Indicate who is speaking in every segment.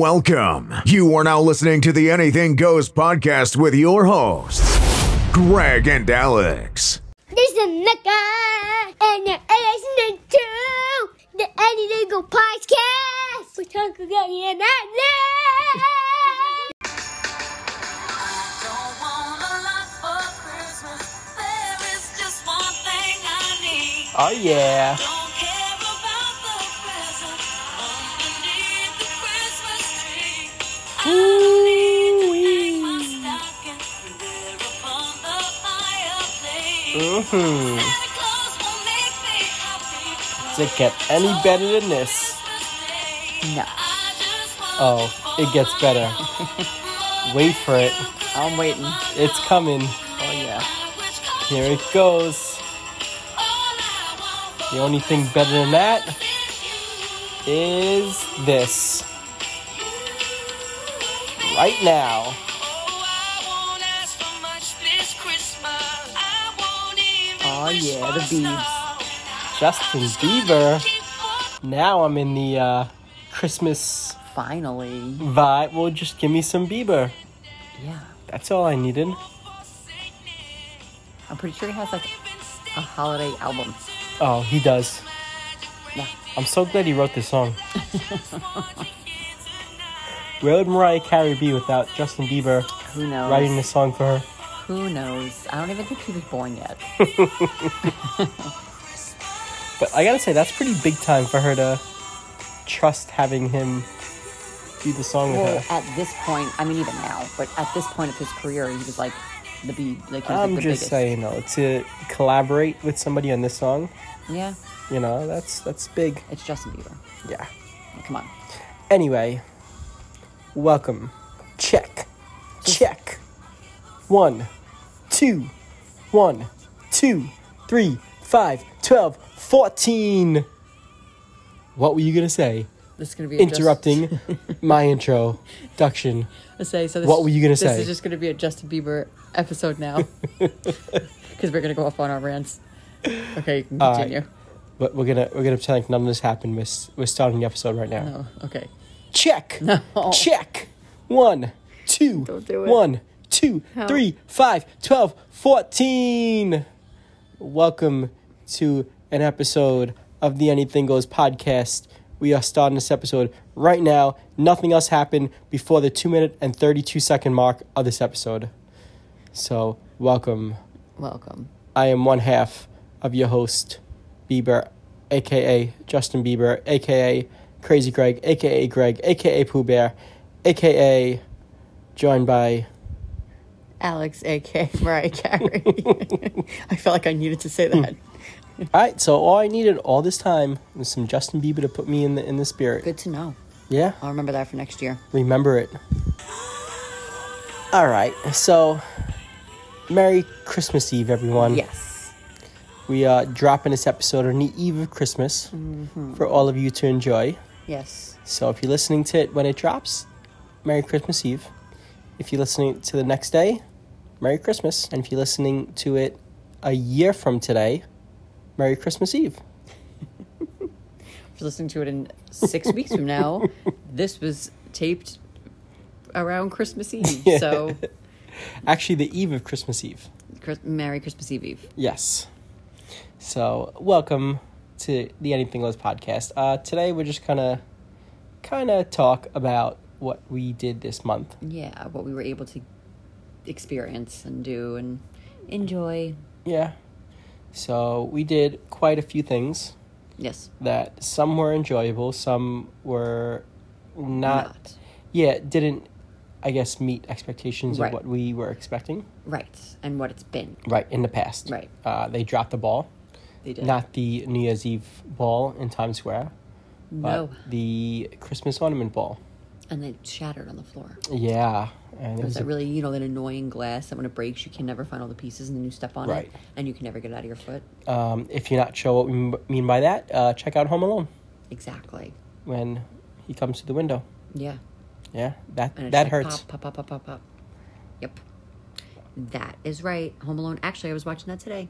Speaker 1: Welcome. You are now listening to the Anything Goes podcast with your hosts, Greg and Alex.
Speaker 2: This is Mecca, and you're listening to the Any Legal Podcast with Uncle Gary and Alex.
Speaker 3: Don't want a lot for Christmas. There is just one thing I need.
Speaker 4: Oh yeah.
Speaker 3: Don't care about the present underneath the Christmas tree. I need to hang my stocking there upon the fireplace.
Speaker 4: hmm
Speaker 3: Santa Claus will make me happy.
Speaker 4: Does it get any better than this?
Speaker 5: No.
Speaker 3: I just want
Speaker 4: Oh, it gets better. Wait for it.
Speaker 5: I'm waiting. Oh
Speaker 4: It's coming.
Speaker 5: yeah.
Speaker 3: which comes
Speaker 4: Here it goes.
Speaker 3: all I want for
Speaker 4: The only thing better than that is this. Right now.
Speaker 3: Oh yeah, the beads.
Speaker 4: Justin Bieber. Now I'm in the uh Christmas
Speaker 5: Finally.
Speaker 4: vibe. Well just give me some Bieber.
Speaker 5: Yeah.
Speaker 4: That's all I needed.
Speaker 5: I'm pretty sure he has like a holiday album.
Speaker 4: Oh, he does.
Speaker 5: Yeah.
Speaker 4: I'm so glad he wrote this song. Where would Mariah Carey be without Justin Bieber
Speaker 5: Who knows?
Speaker 4: writing this song for her?
Speaker 5: Who knows? I don't even think he was born yet.
Speaker 4: But I gotta say, that's pretty big time for her to trust having him do the song
Speaker 5: Well,
Speaker 4: with her.
Speaker 5: at this point, I mean, even now, but at this point of his career, he was like the bead. Like, he was,
Speaker 4: I'm
Speaker 5: like, the
Speaker 4: just
Speaker 5: biggest.
Speaker 4: saying, though, to collaborate with somebody on this song,
Speaker 5: Yeah.
Speaker 4: you know, that's that's big.
Speaker 5: It's Justin Bieber.
Speaker 4: Yeah.
Speaker 5: Come on.
Speaker 4: Anyway, welcome. Check. Check. One, two, one, two, three, five, twelve, fourteen. What were you gonna say?
Speaker 5: This is going to be a Justin-
Speaker 4: Interrupting my introduction.
Speaker 5: say. So this,
Speaker 4: What were you gonna
Speaker 5: this
Speaker 4: say?
Speaker 5: This is just gonna be a Justin Bieber episode now, because we're gonna go off on our rants. Okay, you can
Speaker 4: All right.
Speaker 5: continue.
Speaker 4: But we're gonna we're gonna pretend like none of this happened. We're, s- we're starting the episode right now.
Speaker 5: No, okay.
Speaker 4: Check. Check. One, two,
Speaker 5: Don't do it.
Speaker 4: one, two,
Speaker 5: No.
Speaker 4: three, five, 12, 14. Welcome to an episode of the Anything Goes podcast. We are starting this episode right now. Nothing else happened before the two minute and 32 second mark of this episode. So, welcome.
Speaker 5: Welcome.
Speaker 4: I am one half of your host, Bieber, aka Justin Bieber, aka Crazy Greg, aka Greg, aka Pooh Bear, aka joined by.
Speaker 5: Alex, A.K. Mariah Carey. I felt like I needed to say that.
Speaker 4: All right, so all I needed all this time was some Justin Bieber to put me in the in the spirit.
Speaker 5: Good to know.
Speaker 4: Yeah,
Speaker 5: I'll remember that for next year.
Speaker 4: remember it. All right, so Merry Christmas Eve, everyone.
Speaker 5: Yes.
Speaker 4: We are dropping this episode on the eve of Christmas
Speaker 5: Mm-hmm.
Speaker 4: for all of you to enjoy.
Speaker 5: Yes.
Speaker 4: So if you're listening to it when it drops, Merry Christmas Eve. If you're listening to the next day, Merry Christmas. And if you're listening to it a year from today, Merry Christmas Eve.
Speaker 5: If you're listening to it in six weeks from now, this was taped around Christmas Eve. So,
Speaker 4: Actually, the eve of Christmas Eve.
Speaker 5: Chris- Merry Christmas Eve Eve.
Speaker 4: Yes. So welcome to the Anything Goes podcast. Uh, today we're just gonna kind of talk about what we did this month.
Speaker 5: yeah, what we were able to experience and do and enjoy.
Speaker 4: Yeah. So we did quite a few things.
Speaker 5: Yes.
Speaker 4: that some were enjoyable, some were not.
Speaker 5: Not.
Speaker 4: Yeah, didn't I guess meet expectations
Speaker 5: Right.
Speaker 4: of what we were expecting.
Speaker 5: Right. And what it's been.
Speaker 4: Right in the past.
Speaker 5: Right.
Speaker 4: Uh, they dropped the ball,
Speaker 5: They did.
Speaker 4: not the New Year's Eve ball in Times Square,
Speaker 5: no.
Speaker 4: but the Christmas ornament ball.
Speaker 5: And they shattered on the floor.
Speaker 4: Yeah, and it
Speaker 5: There's
Speaker 4: was a-
Speaker 5: that really, you know, that annoying glass that when it breaks, you can never find all the pieces and then you step on
Speaker 4: Right.
Speaker 5: it and you can never get it out of your foot.
Speaker 4: um, if you're not sure what we m- mean by that, uh, check out Home Alone
Speaker 5: Exactly.
Speaker 4: when he comes to the window.
Speaker 5: Yeah.
Speaker 4: Yeah, that
Speaker 5: And
Speaker 4: that
Speaker 5: it's like
Speaker 4: hurts.
Speaker 5: Pop, pop, pop, pop, pop, pop. Yep. That is right. Home Alone. Actually, I was watching that today.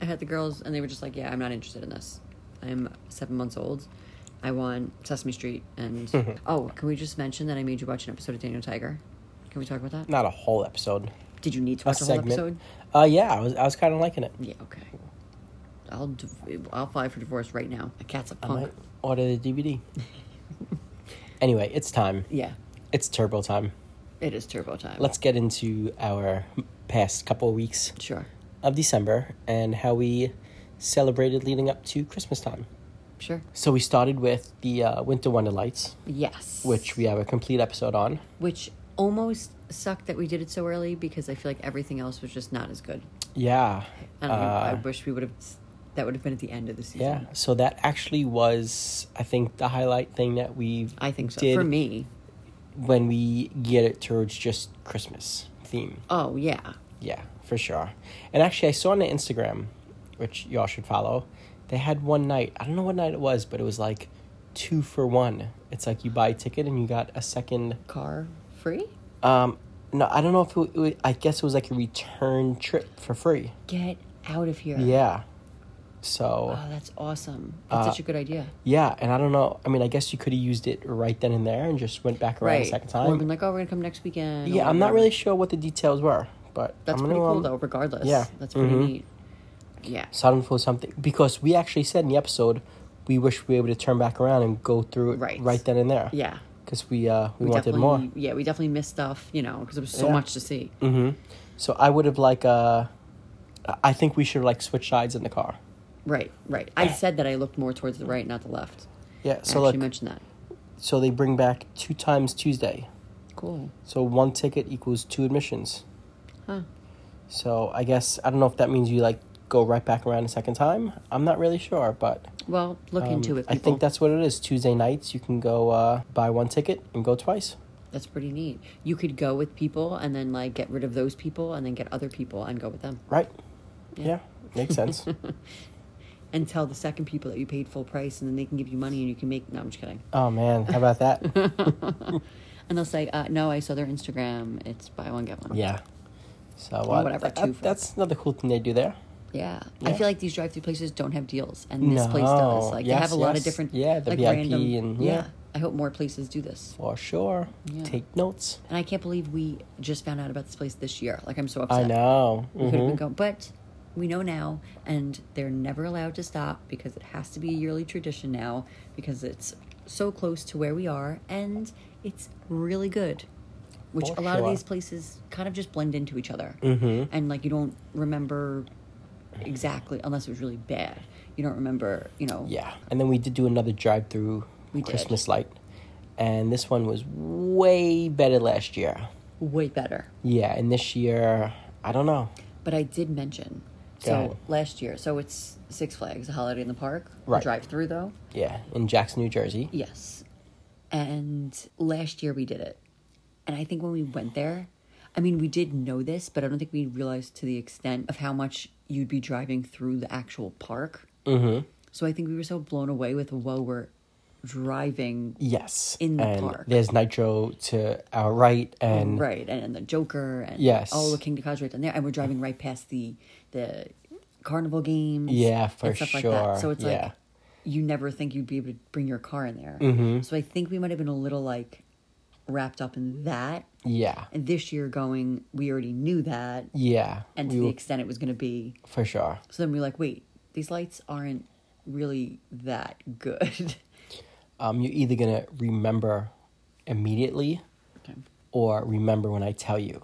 Speaker 5: I had the girls, and they were just like, "Yeah, I'm not interested in this. I'm seven months old, I want Sesame Street and
Speaker 4: Mm-hmm.
Speaker 5: oh, can we just mention that I made you watch an episode of Daniel Tiger? Can we talk about that?
Speaker 4: Not a whole episode.
Speaker 5: Did you need to
Speaker 4: A
Speaker 5: watch a whole
Speaker 4: segment.
Speaker 5: episode?
Speaker 4: Uh, yeah, I was I was kind of liking it.
Speaker 5: Yeah. Okay. I'll div- I'll file for divorce right now. A cat's a punk.
Speaker 4: Might order the DVD. anyway, it's time.
Speaker 5: Yeah.
Speaker 4: It's turbo time.
Speaker 5: It is turbo time.
Speaker 4: Let's get into our past couple of weeks
Speaker 5: Sure.
Speaker 4: of December and how we celebrated leading up to Christmas time.
Speaker 5: Sure.
Speaker 4: So we started with the uh, Winter Wonderlights,
Speaker 5: Yes.
Speaker 4: which we have a complete episode on.
Speaker 5: which almost sucked that we did it so early because I feel like everything else was just not as good.
Speaker 4: Yeah.
Speaker 5: And I I
Speaker 4: Uh,
Speaker 5: wish we would have. That would have been at the end of the season.
Speaker 4: yeah. So that actually was, I think, the highlight thing that we
Speaker 5: I think so.
Speaker 4: did
Speaker 5: For me.
Speaker 4: when we get it towards just Christmas theme.
Speaker 5: Oh yeah.
Speaker 4: Yeah, for sure. And actually, I saw on the Instagram, which y'all should follow, they had one night. I don't know what night it was, but it was like two for one. It's like you buy a ticket and you got a second.
Speaker 5: Car free.
Speaker 4: Um, no, I don't know if it, wa- it wa- I guess it was like a return trip for free.
Speaker 5: Get out of here.
Speaker 4: Yeah. So
Speaker 5: Oh, that's awesome. That's
Speaker 4: Uh,
Speaker 5: such a good idea.
Speaker 4: yeah, and I don't know. I mean, I guess you could have used it right then and there and just went back around a second
Speaker 5: Or been
Speaker 4: time.
Speaker 5: like, oh, we're gonna come next weekend. or
Speaker 4: Yeah, I'm not
Speaker 5: whatever.
Speaker 4: really sure what the details were, but
Speaker 5: That's
Speaker 4: I'm
Speaker 5: pretty
Speaker 4: gonna,
Speaker 5: cool
Speaker 4: um,
Speaker 5: though. Regardless.
Speaker 4: yeah.
Speaker 5: That's pretty
Speaker 4: Mhm.
Speaker 5: neat. Yeah.
Speaker 4: So I don't feel something because we actually said in the episode we wish we were able to turn back around and go through it
Speaker 5: Right.
Speaker 4: right, then and there.
Speaker 5: Yeah.
Speaker 4: because we uh, we,
Speaker 5: We
Speaker 4: wanted
Speaker 5: definitely,
Speaker 4: more.
Speaker 5: yeah, we definitely missed stuff, you know, because there was so
Speaker 4: Yeah.
Speaker 5: much to see.
Speaker 4: So I would have like uh, I- I think we should like switch sides in the car.
Speaker 5: Right, right. I said that I looked more towards the right, not the left.
Speaker 4: Yeah.
Speaker 5: I
Speaker 4: So
Speaker 5: actually
Speaker 4: like
Speaker 5: mentioned that.
Speaker 4: so they bring back two times Tuesday.
Speaker 5: Cool.
Speaker 4: So one ticket equals two admissions.
Speaker 5: Huh.
Speaker 4: So I guess I don't know if that means you like go right back around a second time. I'm not really sure, but
Speaker 5: Well, look
Speaker 4: um,
Speaker 5: into it.
Speaker 4: I
Speaker 5: People.
Speaker 4: think that's what it is. Tuesday nights you can go uh, buy one ticket and go twice.
Speaker 5: that's pretty neat. You could go with people and then like get rid of those people and then get other people and go with them
Speaker 4: Right. yeah makes sense.
Speaker 5: and tell the second people that you paid full price and then they can give you money and you can make. No, I'm just kidding.
Speaker 4: Oh man, how about that?
Speaker 5: And they'll say, uh, no, I saw their Instagram. It's buy one get one.
Speaker 4: yeah. So uh,
Speaker 5: whatever,
Speaker 4: that-
Speaker 5: two for-
Speaker 4: that's another cool thing they do there.
Speaker 5: Yeah. I
Speaker 4: Yeah.
Speaker 5: feel like these drive through places don't have deals, and this place
Speaker 4: No.
Speaker 5: does. Like, they
Speaker 4: Yes,
Speaker 5: have a lot of
Speaker 4: yes.
Speaker 5: different.
Speaker 4: Yeah, the
Speaker 5: like,
Speaker 4: VIP and- yeah.
Speaker 5: I hope more places do this.
Speaker 4: For sure.
Speaker 5: Yeah.
Speaker 4: Take notes.
Speaker 5: And I can't believe we just found out about this place this year. Like, I'm so upset.
Speaker 4: I know.
Speaker 5: We could
Speaker 4: Mhm.
Speaker 5: have been going. But we know now, and they're never allowed to stop because it has to be a yearly tradition now because it's so close to where we are and it's really good. Which
Speaker 4: For
Speaker 5: a lot of
Speaker 4: sure.
Speaker 5: these places kind of just blend into each other. Mm-hmm. And like you don't remember exactly, unless it was really bad. You don't remember, you know.
Speaker 4: Yeah. And then we did do another drive through
Speaker 5: We did.
Speaker 4: Christmas light. And this one was way better last year.
Speaker 5: Way better.
Speaker 4: Yeah, and this year I don't know.
Speaker 5: But I did mention.
Speaker 4: Go
Speaker 5: So
Speaker 4: ahead.
Speaker 5: last year, so it's Six Flags, a holiday in the park,
Speaker 4: Right.
Speaker 5: drive through though.
Speaker 4: Yeah, in Jackson, New Jersey.
Speaker 5: Yes. And last year we did it. And I think when we went there, I mean, we did know this, but I don't think we realized to the extent of how much you'd be driving through the actual park. Mm-hmm. So I think we were so blown away with, whoa, we're driving.
Speaker 4: Yes.
Speaker 5: In the
Speaker 4: and
Speaker 5: park.
Speaker 4: There's Nitro to our right and
Speaker 5: Right. And, and the Joker and
Speaker 4: Yes.
Speaker 5: all the King of Cosmos right down there. And we're driving right past the the carnival games.
Speaker 4: Yeah, for
Speaker 5: and stuff Like
Speaker 4: sure.
Speaker 5: that. So it's
Speaker 4: Yeah.
Speaker 5: like you never think you'd be able to bring your car in there.
Speaker 4: Mm-hmm.
Speaker 5: So I think we might have been a little like wrapped up in that.
Speaker 4: Yeah.
Speaker 5: And this year going, we already knew that
Speaker 4: Yeah.
Speaker 5: and to
Speaker 4: we
Speaker 5: the
Speaker 4: were-
Speaker 5: extent it was gonna be.
Speaker 4: for sure.
Speaker 5: So then we're like, wait, these lights aren't really that good.
Speaker 4: um, you're either gonna remember immediately
Speaker 5: okay.
Speaker 4: or remember when I tell you.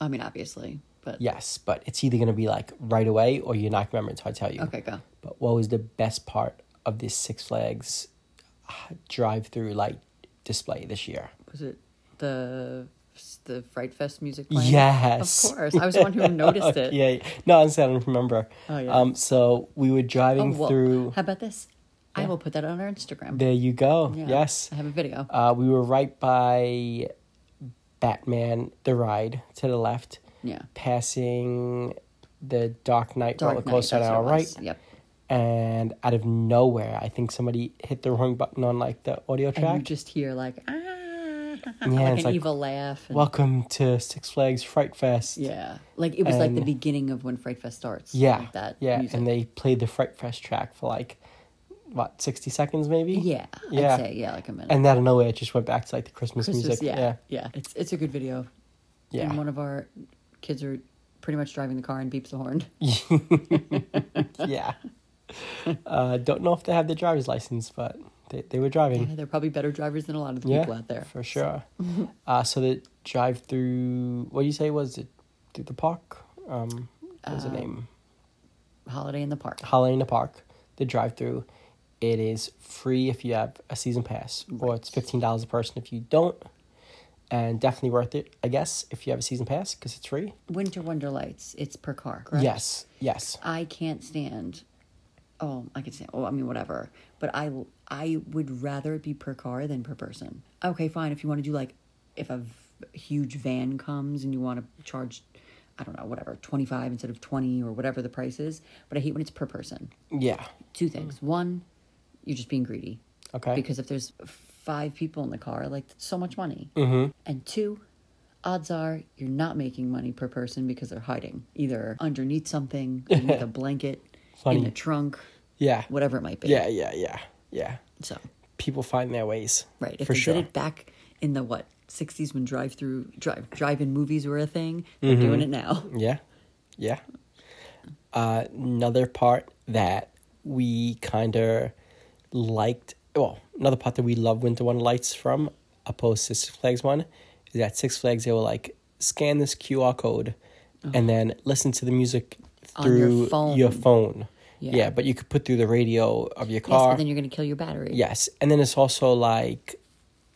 Speaker 5: I mean obviously. But
Speaker 4: Yes, but it's either gonna be like right away or you're not gonna remember until I tell you.
Speaker 5: Okay, go.
Speaker 4: But what was the best part of this Six Flags drive through light display this year?
Speaker 5: was it the the Fright Fest music playing?
Speaker 4: Yes.
Speaker 5: Of course. I was the one who noticed it.
Speaker 4: Yeah, yeah. no, I'm saying I don't remember.
Speaker 5: Oh, yeah.
Speaker 4: Um, so we were
Speaker 5: Oh,
Speaker 4: driving
Speaker 5: well,
Speaker 4: through.
Speaker 5: How about this? I will put that on our Instagram.
Speaker 4: There you go.
Speaker 5: Yeah,
Speaker 4: Yes.
Speaker 5: I have a video.
Speaker 4: Uh, we were right by Batman the ride to the left.
Speaker 5: Yeah.
Speaker 4: Passing the Dark Knight
Speaker 5: Dark
Speaker 4: roller
Speaker 5: Knight,
Speaker 4: coaster on
Speaker 5: that's what
Speaker 4: our
Speaker 5: it
Speaker 4: right.
Speaker 5: was. Yep.
Speaker 4: And out of nowhere, I think somebody hit the wrong button on like the audio
Speaker 5: And
Speaker 4: track.
Speaker 5: you just hear like ah, like
Speaker 4: it's
Speaker 5: an
Speaker 4: like,
Speaker 5: evil laugh. And,
Speaker 4: Welcome to Six Flags Fright Fest.
Speaker 5: yeah, like it was like the
Speaker 4: and-
Speaker 5: beginning of when Fright Fest starts.
Speaker 4: Yeah.
Speaker 5: like that.
Speaker 4: yeah.
Speaker 5: music.
Speaker 4: And they played the Fright Fest track for like what sixty seconds maybe.
Speaker 5: Yeah,
Speaker 4: yeah,
Speaker 5: I'd say yeah, like a minute.
Speaker 4: And out of nowhere, it just went back to like the Christmas,
Speaker 5: Christmas,
Speaker 4: music.
Speaker 5: yeah,
Speaker 4: yeah,
Speaker 5: yeah, It's it's a good video.
Speaker 4: Yeah.
Speaker 5: And one of our kids are pretty much driving the car and beeps the horn.
Speaker 4: yeah. uh, don't know if they have their driver's license, but they, they were driving.
Speaker 5: Yeah, they're probably better drivers than a lot of the
Speaker 4: yeah,
Speaker 5: people out there.
Speaker 4: for sure. uh, so the drive through. What do you say was it? Through the park. Um, what
Speaker 5: Uh,
Speaker 4: was the name?
Speaker 5: Holiday in the Park.
Speaker 4: Holiday in the Park. The drive through. It is free if you have a season pass, or it's fifteen dollars a person if you don't. And definitely worth it, I guess, if you have a season pass because it's free.
Speaker 5: Winter Wonder Lights. It's per car, correct?
Speaker 4: Yes, yes.
Speaker 5: I can't stand. Oh, I can stand. Oh, I mean, whatever. But I, I would rather it be per car than per person. Okay, fine. If you want to do like, if a v- huge van comes and you want to charge, I don't know, whatever, twenty five instead of twenty or whatever the price is. But I hate when it's per person.
Speaker 4: Yeah.
Speaker 5: Two things. One, you're just being greedy.
Speaker 4: Okay.
Speaker 5: Because if there's five people in the car, like that's so much money. Mm-hmm. And two, odds are you're not making money per person because they're hiding either underneath something, underneath a blanket,
Speaker 4: Funny.
Speaker 5: in the trunk,
Speaker 4: Yeah.
Speaker 5: whatever it might be.
Speaker 4: Yeah, yeah, yeah, yeah.
Speaker 5: So
Speaker 4: People find their ways.
Speaker 5: right, if
Speaker 4: for
Speaker 5: they
Speaker 4: sure.
Speaker 5: did it back in the what sixties when drive through drive drive in movies were a thing, they're
Speaker 4: Mm-hmm.
Speaker 5: doing it now.
Speaker 4: Yeah, yeah. Uh, another part that we kind of liked, well, another part that we love Winter Wonderlights Lights from, opposed to Six Flags one, is that Six Flags, they were like, scan this QR code and then listen to the music
Speaker 5: Oh. On your
Speaker 4: through
Speaker 5: phone.
Speaker 4: your phone. Yeah.
Speaker 5: Yeah.
Speaker 4: but you could put through the radio of your
Speaker 5: Yes,
Speaker 4: car.
Speaker 5: but then you're gonna kill your battery.
Speaker 4: Yes, and then it's also like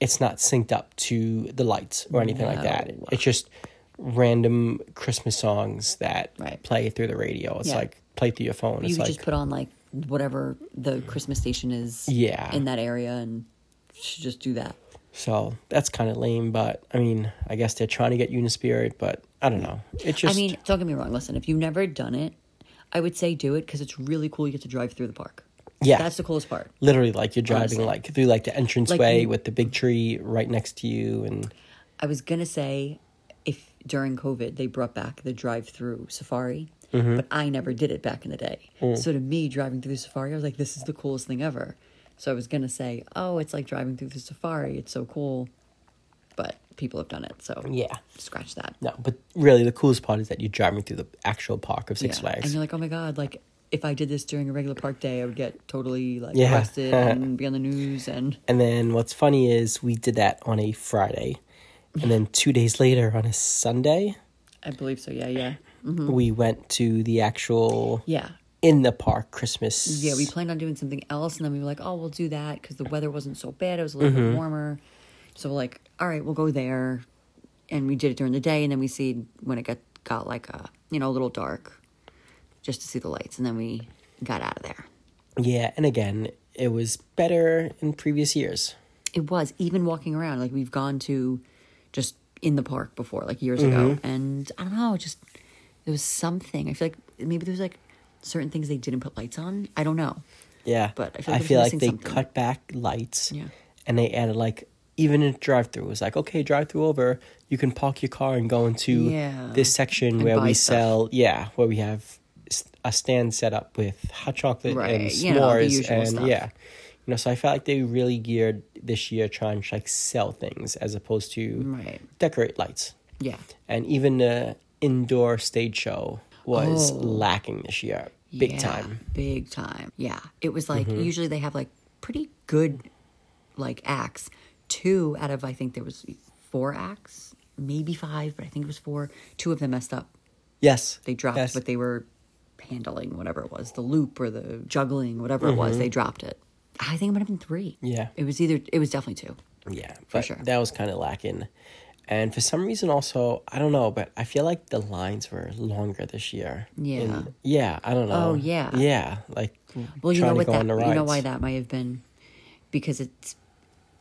Speaker 4: it's not synced up to the lights or anything like that.
Speaker 5: No.
Speaker 4: It's just random Christmas songs that
Speaker 5: Right.
Speaker 4: play through the radio. It's
Speaker 5: Yeah.
Speaker 4: like play through your phone.
Speaker 5: You
Speaker 4: it's
Speaker 5: could
Speaker 4: like
Speaker 5: just put on like whatever the Christmas station is
Speaker 4: Yeah.
Speaker 5: in that area and just do that.
Speaker 4: so that's kind of lame, but I mean, I guess they're trying to get you in spirit, but I don't know. It just
Speaker 5: I mean, don't get me wrong. Listen, if you've never done it, I would say do it because it's really cool. You get to drive through the park.
Speaker 4: Yeah.
Speaker 5: that's the coolest part.
Speaker 4: literally like you're driving
Speaker 5: Honestly.
Speaker 4: like through like the entranceway
Speaker 5: you-
Speaker 4: with the big tree right next to you and
Speaker 5: I was gonna say if during COVID they brought back the drive-through safari,
Speaker 4: Mm-hmm.
Speaker 5: but I never did it back in the day.
Speaker 4: Mm.
Speaker 5: So to me, driving through the safari, I was like, this is the coolest thing ever. So I was gonna say, oh, it's like driving through the safari. It's so cool, but people have done it, so
Speaker 4: yeah.
Speaker 5: scratch that.
Speaker 4: No, but really the coolest part is that you're driving through the actual park of Six
Speaker 5: Yeah.
Speaker 4: Flags.
Speaker 5: And you're like, oh my god, like if I did this during a regular park day, I would get totally like
Speaker 4: Yeah.
Speaker 5: arrested and be on the news and
Speaker 4: And then what's funny is we did that on a Friday. And then two days later on a Sunday,
Speaker 5: I believe so. Yeah, yeah,
Speaker 4: we went to the actual
Speaker 5: Mm-hmm. yeah,
Speaker 4: in the park Christmas.
Speaker 5: yeah. We planned on doing something else, and then we were like, oh, we'll do that because the weather wasn't so bad. It was a little bit warmer, so we're like, all right, we'll go there. And we did it during the day, and then we see when it got got like a you know a little dark, just to see the lights, and then we got out of there.
Speaker 4: Yeah, and again, it was better in previous years.
Speaker 5: It was even walking around. Like we've gone to just in the park before, like years ago,
Speaker 4: Mm-hmm.
Speaker 5: and I don't know. it Just there was something. I feel like maybe there was like certain things they didn't put lights on. I don't know.
Speaker 4: Yeah.
Speaker 5: But I feel
Speaker 4: I
Speaker 5: like
Speaker 4: feel
Speaker 5: there's
Speaker 4: like they
Speaker 5: missing something.
Speaker 4: cut back lights.
Speaker 5: Yeah.
Speaker 4: And they added like even in drive through it was like, okay, drive through over, you can park your car and go into
Speaker 5: Yeah.
Speaker 4: this section
Speaker 5: And
Speaker 4: where
Speaker 5: buy
Speaker 4: we
Speaker 5: stuff.
Speaker 4: sell yeah, where we have s- a stand set up with hot chocolate
Speaker 5: Right,
Speaker 4: and s'mores
Speaker 5: you know, the usual
Speaker 4: and
Speaker 5: stuff.
Speaker 4: yeah. You know, so I felt like they really geared this year trying to like sell things as opposed to
Speaker 5: Right.
Speaker 4: decorate lights.
Speaker 5: Yeah.
Speaker 4: And even the indoor stage show was
Speaker 5: Oh.
Speaker 4: lacking this year. Big
Speaker 5: Yeah,
Speaker 4: time. Mm-hmm.
Speaker 5: Big time. Yeah. It was like usually they have like pretty good like acts. Two out of I think there was four acts, maybe five, but I think it was four. Two of them messed up.
Speaker 4: Yes.
Speaker 5: They dropped
Speaker 4: yes.
Speaker 5: what they were handling, whatever it was, the loop or the juggling, whatever it was. They dropped it. I think it might have been three.
Speaker 4: Mm-hmm. Yeah.
Speaker 5: It was either, it was definitely two.
Speaker 4: Yeah, for
Speaker 5: sure.
Speaker 4: That was kind of lacking. And for some reason, also, I don't know, but I feel like the lines were longer this year.
Speaker 5: Yeah.
Speaker 4: And- yeah, I don't know.
Speaker 5: Oh, yeah.
Speaker 4: Yeah, like
Speaker 5: Well, you
Speaker 4: trying
Speaker 5: know
Speaker 4: to
Speaker 5: what
Speaker 4: go
Speaker 5: that,
Speaker 4: on the rides.
Speaker 5: you know why that might have been because it's,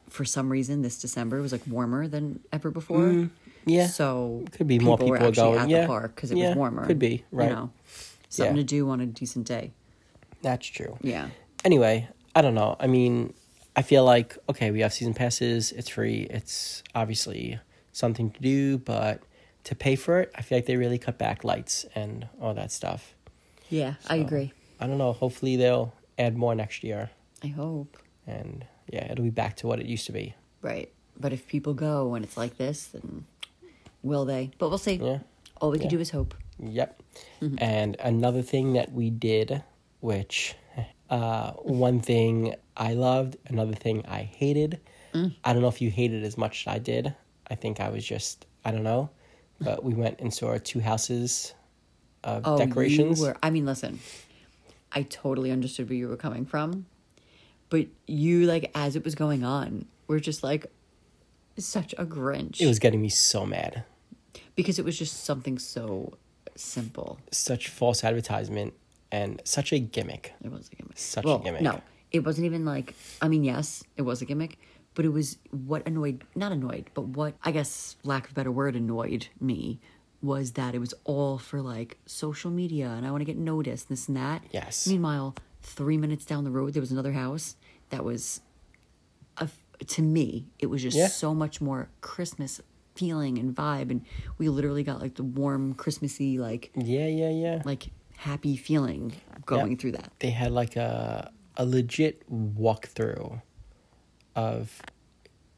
Speaker 5: for some reason, this December was like warmer than ever before.
Speaker 4: Mm, Yeah.
Speaker 5: So
Speaker 4: Could be more
Speaker 5: were
Speaker 4: people
Speaker 5: actually
Speaker 4: going,
Speaker 5: at
Speaker 4: yeah.
Speaker 5: the park because it
Speaker 4: Yeah,
Speaker 5: was warmer.
Speaker 4: could be, right.
Speaker 5: You know, something
Speaker 4: Yeah.
Speaker 5: to do on a decent day.
Speaker 4: That's true.
Speaker 5: Yeah.
Speaker 4: Anyway, I don't know. I mean, I feel like okay, we have season passes. It's free. It's obviously something to do, but to pay for it, I feel like they really cut back lights and all that stuff.
Speaker 5: Yeah, I agree.
Speaker 4: I don't know. Hopefully, they'll add more next year.
Speaker 5: I hope.
Speaker 4: And yeah, it'll be back to what it used to be.
Speaker 5: Right. But if people go when it's like this, then will they? But we'll see.
Speaker 4: Yeah.
Speaker 5: All we can
Speaker 4: Yeah.
Speaker 5: do is hope.
Speaker 4: Yep.
Speaker 5: Mm-hmm.
Speaker 4: And another thing that we did, which uh, one thing I loved, another thing I hated.
Speaker 5: Mm.
Speaker 4: I don't know if you hated as much as I did. I think I was just I don't know, but we went and saw two houses of
Speaker 5: Oh, you
Speaker 4: decorations.
Speaker 5: were- I mean, listen, I totally understood where you were coming from, but you like as it was going on, were just like such a Grinch
Speaker 4: It was getting me so mad.
Speaker 5: because it was just something so simple.
Speaker 4: Such false advertisement and such a gimmick.
Speaker 5: It was a gimmick.
Speaker 4: Such a
Speaker 5: well,
Speaker 4: gimmick.
Speaker 5: No, it wasn't even like. I mean, yes, it was a gimmick, but it was what annoyed, not annoyed, but what I guess, lack of a better word, annoyed me was that it was all for like social media and I want to get noticed, this and that.
Speaker 4: Yes.
Speaker 5: Meanwhile, three minutes down the road, there was another house that was, a, to me, it was just
Speaker 4: Yeah.
Speaker 5: so much more Christmas feeling and vibe, and we literally got like the warm Christmassy like
Speaker 4: Yeah, yeah, yeah.
Speaker 5: like happy feeling going through that.
Speaker 4: they had like a a legit walkthrough of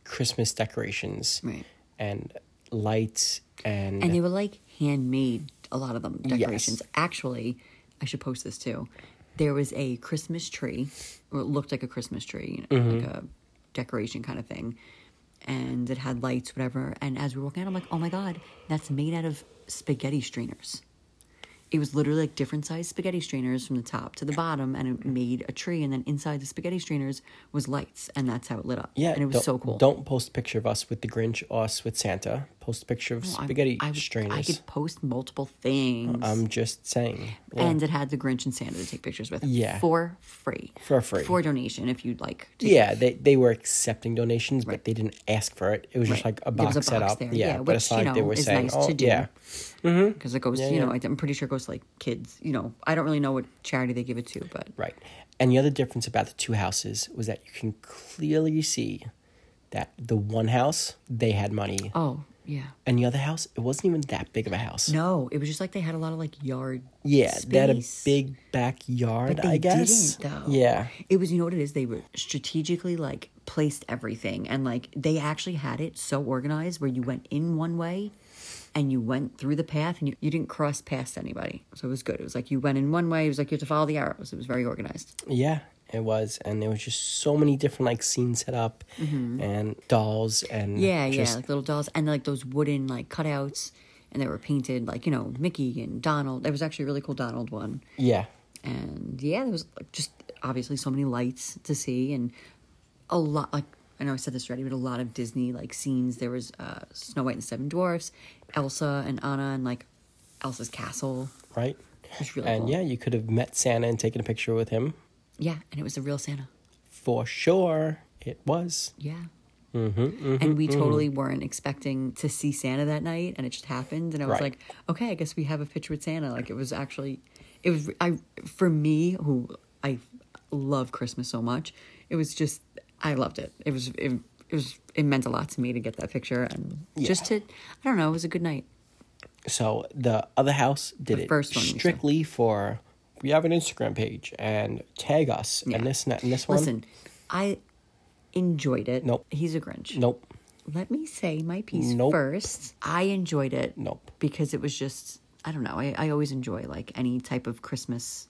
Speaker 4: Christmas decorations
Speaker 5: Right.
Speaker 4: and lights and,
Speaker 5: and they were like handmade a lot of them
Speaker 4: Yes.
Speaker 5: decorations actually i should post this too there was a christmas tree or it looked like a christmas tree you know,
Speaker 4: Mm-hmm.
Speaker 5: like a decoration kind of thing and it had lights whatever and as we were walking out i'm like oh my god that's made out of spaghetti strainers it was literally like different sized spaghetti strainers from the top to the bottom and it made a tree and then inside the spaghetti strainers was lights and that's how it lit up
Speaker 4: yeah,
Speaker 5: and it was
Speaker 4: don't-
Speaker 5: so cool
Speaker 4: Don't post a picture of us with the Grinch, us with Santa. Post a picture of
Speaker 5: I'm-
Speaker 4: spaghetti
Speaker 5: Oh, I,
Speaker 4: strainers.
Speaker 5: I could post multiple things.
Speaker 4: I'm just saying. Yeah.
Speaker 5: and it had the Grinch and Santa to take pictures with.
Speaker 4: Yeah.
Speaker 5: For free.
Speaker 4: For free.
Speaker 5: For donation if you'd like. to.
Speaker 4: yeah, they, they were accepting donations, but
Speaker 5: Right.
Speaker 4: they didn't ask for it. It was just
Speaker 5: Right.
Speaker 4: like a
Speaker 5: There
Speaker 4: box,
Speaker 5: was a
Speaker 4: set
Speaker 5: box
Speaker 4: up.
Speaker 5: there.
Speaker 4: Yeah,
Speaker 5: Yeah,
Speaker 4: but
Speaker 5: which,
Speaker 4: aside,
Speaker 5: you know,
Speaker 4: they were
Speaker 5: is
Speaker 4: saying,
Speaker 5: nice
Speaker 4: "Oh,
Speaker 5: to do."
Speaker 4: yeah, Mm-hmm.
Speaker 5: Because it goes, you know, I'm pretty sure it goes to like kids, you know, I don't really know what charity they give it to, but
Speaker 4: Right. And the other difference about the two houses was that you can clearly see that the one house, they had money.
Speaker 5: oh, yeah.
Speaker 4: And the other house, it wasn't even that big of a house.
Speaker 5: No, it was just like they had a lot of like yard.
Speaker 4: Yeah, they had a
Speaker 5: space.
Speaker 4: big backyard,
Speaker 5: But they
Speaker 4: I guess.
Speaker 5: didn't though.
Speaker 4: Yeah.
Speaker 5: It was you know what it is? They were strategically like placed everything and like they actually had it so organized where you went in one way and you went through the path and you, you didn't cross past anybody. So it was good. It was like you went in one way, it was like you have to follow the arrows. It was very organized.
Speaker 4: Yeah, it was. And there was just so many different like scenes set up and dolls and
Speaker 5: Mm-hmm. Yeah, yeah,
Speaker 4: just
Speaker 5: like little dolls and like those wooden like cutouts and they were painted like, you know, Mickey and Donald. There was actually a really cool Donald one.
Speaker 4: yeah.
Speaker 5: and yeah, there was like, just obviously so many lights to see, and a lot like I know I said this already, but a lot of Disney like scenes. There was uh, Snow White and the Seven Dwarfs, Elsa and Anna, and like Elsa's castle.
Speaker 4: Right?
Speaker 5: It's really
Speaker 4: and
Speaker 5: cool.
Speaker 4: yeah, you could have met Santa and taken a picture with him.
Speaker 5: Yeah, and it was the real Santa.
Speaker 4: For sure. It was.
Speaker 5: Yeah.
Speaker 4: Mm-hmm,
Speaker 5: and we totally weren't expecting to see Santa that night, and it just happened. And I was
Speaker 4: Right.
Speaker 5: like, okay, I guess we have a picture with Santa. Like it was actually, it was I for me who I love Christmas so much. It was just I loved it. It was it, it was it meant a lot to me to get that picture and just to I don't know. It was a good night.
Speaker 4: So the other house did
Speaker 5: The
Speaker 4: it
Speaker 5: first one we saw.
Speaker 4: strictly for we have an Instagram page and tag us
Speaker 5: Yeah.
Speaker 4: and this and that and this one.
Speaker 5: Listen, I enjoyed it.
Speaker 4: Nope.
Speaker 5: he's a Grinch.
Speaker 4: Nope.
Speaker 5: Let me say my piece
Speaker 4: Nope.
Speaker 5: first. I enjoyed it.
Speaker 4: Nope.
Speaker 5: Because it was just, I don't know. I, I always enjoy like any type of Christmas,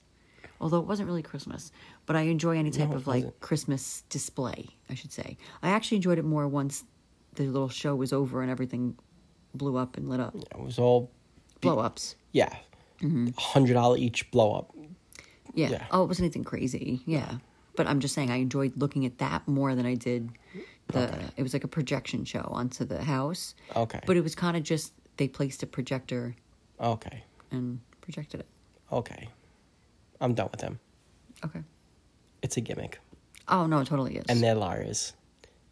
Speaker 5: although it wasn't really Christmas, but I enjoy any type
Speaker 4: No, it
Speaker 5: of like
Speaker 4: wasn't.
Speaker 5: Christmas display, I should say. I actually enjoyed it more once the little show was over and everything blew up and lit up.
Speaker 4: It was all
Speaker 5: Blow ups.
Speaker 4: yeah.
Speaker 5: Mm-hmm.
Speaker 4: Hundred dollar each blow up.
Speaker 5: Yeah.
Speaker 4: Yeah.
Speaker 5: Oh, it wasn't anything crazy. Yeah. But I'm just saying, I enjoyed looking at that more than I did the. It was like a projection show onto the house.
Speaker 4: Okay.
Speaker 5: But it was kind of just they placed a projector
Speaker 4: Okay.
Speaker 5: and projected it.
Speaker 4: Okay. I'm done with them.
Speaker 5: Okay.
Speaker 4: It's a gimmick.
Speaker 5: Oh no, it totally is.
Speaker 4: And they're liars.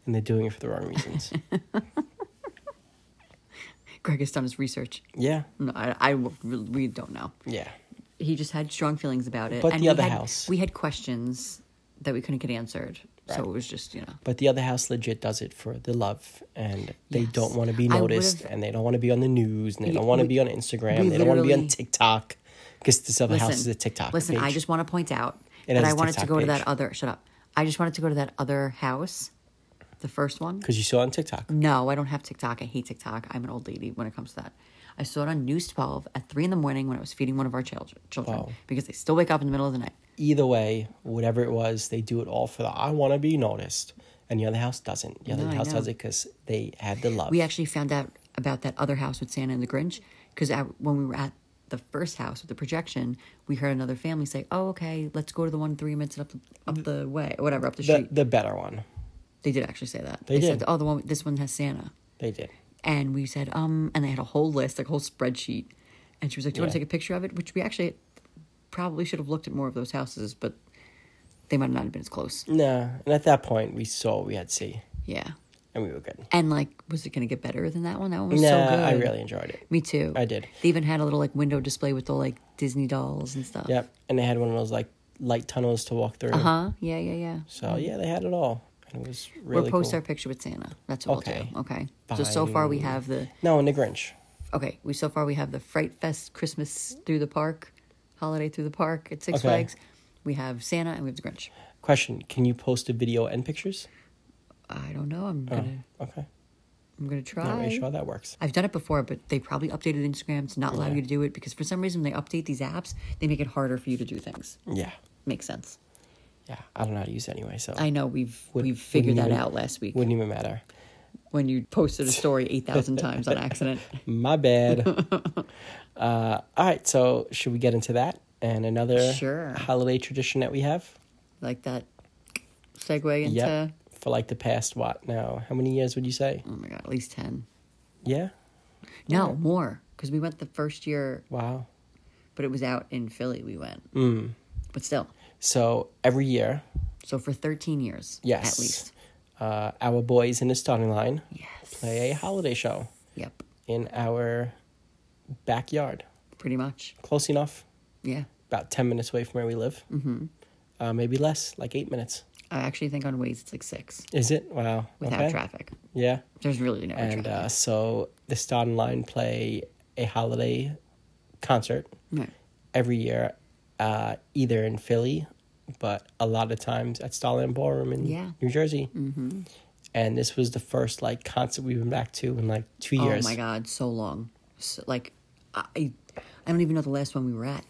Speaker 4: And they're doing it for the wrong reasons.
Speaker 5: Greg has done his research.
Speaker 4: yeah.
Speaker 5: No, I, I w- we don't know.
Speaker 4: Yeah.
Speaker 5: He just had strong feelings about it.
Speaker 4: But the
Speaker 5: we
Speaker 4: other
Speaker 5: had-
Speaker 4: house.
Speaker 5: we had questions that we couldn't get answered, so
Speaker 4: Right.
Speaker 5: it was just you know.
Speaker 4: But the other house legit does it for the love and they
Speaker 5: Yes.
Speaker 4: don't want to be
Speaker 5: I would've-
Speaker 4: noticed and they don't want to be on the news and they
Speaker 5: Yeah,
Speaker 4: don't want to
Speaker 5: we-
Speaker 4: be on Instagram.
Speaker 5: we
Speaker 4: They don't want to be on
Speaker 5: literally-
Speaker 4: TikTok. Because this other house is a TikTok.
Speaker 5: Listen, I
Speaker 4: page.
Speaker 5: just want to point out
Speaker 4: It
Speaker 5: that
Speaker 4: has
Speaker 5: I
Speaker 4: a
Speaker 5: wanted to
Speaker 4: TikTok
Speaker 5: go to
Speaker 4: page.
Speaker 5: that other. Shut up. I just wanted to go to that other house, the first one.
Speaker 4: Because you saw it on TikTok.
Speaker 5: No, I don't have TikTok. I hate TikTok. I'm an old lady when it comes to that. I saw it on News 12 at 3 in the morning when I was feeding one of our chil- children
Speaker 4: Wow.
Speaker 5: because they still wake up in the middle of the night.
Speaker 4: Either way, whatever it was, they do it all for the I want to be noticed. And the other house doesn't. The other
Speaker 5: No, I
Speaker 4: house
Speaker 5: know.
Speaker 4: does it because they had the love.
Speaker 5: We actually found out about that other house with Santa and the Grinch because when we were at the first house with the projection, we heard another family say, "Oh, okay, let's go to the one three minutes up the, up the way, or whatever, up the
Speaker 4: the,
Speaker 5: street."
Speaker 4: the better one.
Speaker 5: they did actually say that.
Speaker 4: They
Speaker 5: said,
Speaker 4: did.
Speaker 5: "Oh, the one this one has Santa,"
Speaker 4: They did.
Speaker 5: and we said, "Um," and they had a whole list, like a whole spreadsheet, and she was like, "Do you want to
Speaker 4: Yeah.
Speaker 5: take a picture of it?" Which we actually probably should have looked at more of those houses, but they might not have been as close.
Speaker 4: Nah. And at that point, we saw what we had to see.
Speaker 5: Yeah,
Speaker 4: And we were good.
Speaker 5: and like, was it gonna get better than that one? That one was
Speaker 4: nah,
Speaker 5: so good.
Speaker 4: I really enjoyed it.
Speaker 5: Me too.
Speaker 4: I did.
Speaker 5: They even had a little like window display with all like Disney dolls and stuff.
Speaker 4: Yep. And they had one of those like light tunnels to walk through.
Speaker 5: Uh huh. Yeah, yeah, yeah.
Speaker 4: So yeah, they had it all. And it was
Speaker 5: We'll
Speaker 4: really
Speaker 5: post
Speaker 4: cool.
Speaker 5: our picture with Santa. That's what
Speaker 4: Okay.
Speaker 5: we'll do. Okay. So so far we
Speaker 4: Fine.
Speaker 5: have the
Speaker 4: No, and the Grinch.
Speaker 5: okay. We so far we have the Fright Fest Christmas through the park, holiday through the park at Six
Speaker 4: Okay.
Speaker 5: Flags. We have Santa and we have the Grinch.
Speaker 4: Question: Can you post a video and pictures?
Speaker 5: I don't know. I'm gonna
Speaker 4: Okay,
Speaker 5: I'm gonna
Speaker 4: Oh. not
Speaker 5: try.
Speaker 4: really sure how that works.
Speaker 5: I've done it before, but they probably updated Instagram to not allow you to do it because for some reason when they update these apps, they make it harder for you to do things.
Speaker 4: Yeah,
Speaker 5: Makes sense.
Speaker 4: yeah. I don't know how to use it anyway, so
Speaker 5: I know we've
Speaker 4: Would-
Speaker 5: we've figured that
Speaker 4: wouldn't even-
Speaker 5: out last week.
Speaker 4: wouldn't even matter.
Speaker 5: when you posted a story 8,000 times on accident.
Speaker 4: My bad. uh, all right, so should we get into that and another
Speaker 5: Sure.
Speaker 4: holiday tradition that we have?
Speaker 5: Like that segue into,
Speaker 4: Yep. For like the past what now? How many years would you say?
Speaker 5: oh my God, at least 10.
Speaker 4: Yeah.
Speaker 5: No, more. Because we went the first year,
Speaker 4: Wow.
Speaker 5: but it was out in Philly, we went. Mm. But still.
Speaker 4: So every year,
Speaker 5: So for 13 years.
Speaker 4: yes,
Speaker 5: At least.
Speaker 4: uh, our boys in the starting line
Speaker 5: Yes.
Speaker 4: play a holiday show
Speaker 5: Yep.
Speaker 4: in our backyard,
Speaker 5: Pretty much.
Speaker 4: close enough.
Speaker 5: Yeah.
Speaker 4: about 10 minutes away from where we live. Mm-hmm. Uh, maybe less, like eight minutes.
Speaker 5: I actually think on Waze it's like six
Speaker 4: Is it? Wow.
Speaker 5: without
Speaker 4: Okay.
Speaker 5: traffic.
Speaker 4: Yeah.
Speaker 5: There's really no
Speaker 4: And
Speaker 5: traffic.
Speaker 4: uh, so the starting line play a holiday concert
Speaker 5: Right.
Speaker 4: every year, uh, either in Philly, but a lot of times at Starland Ballroom in
Speaker 5: Yeah.
Speaker 4: New Jersey. Mm-hmm. And this was the first like concert we've been back to in like two years.
Speaker 5: Oh my God, so long. So, like, I, I don't even know the last one we were at.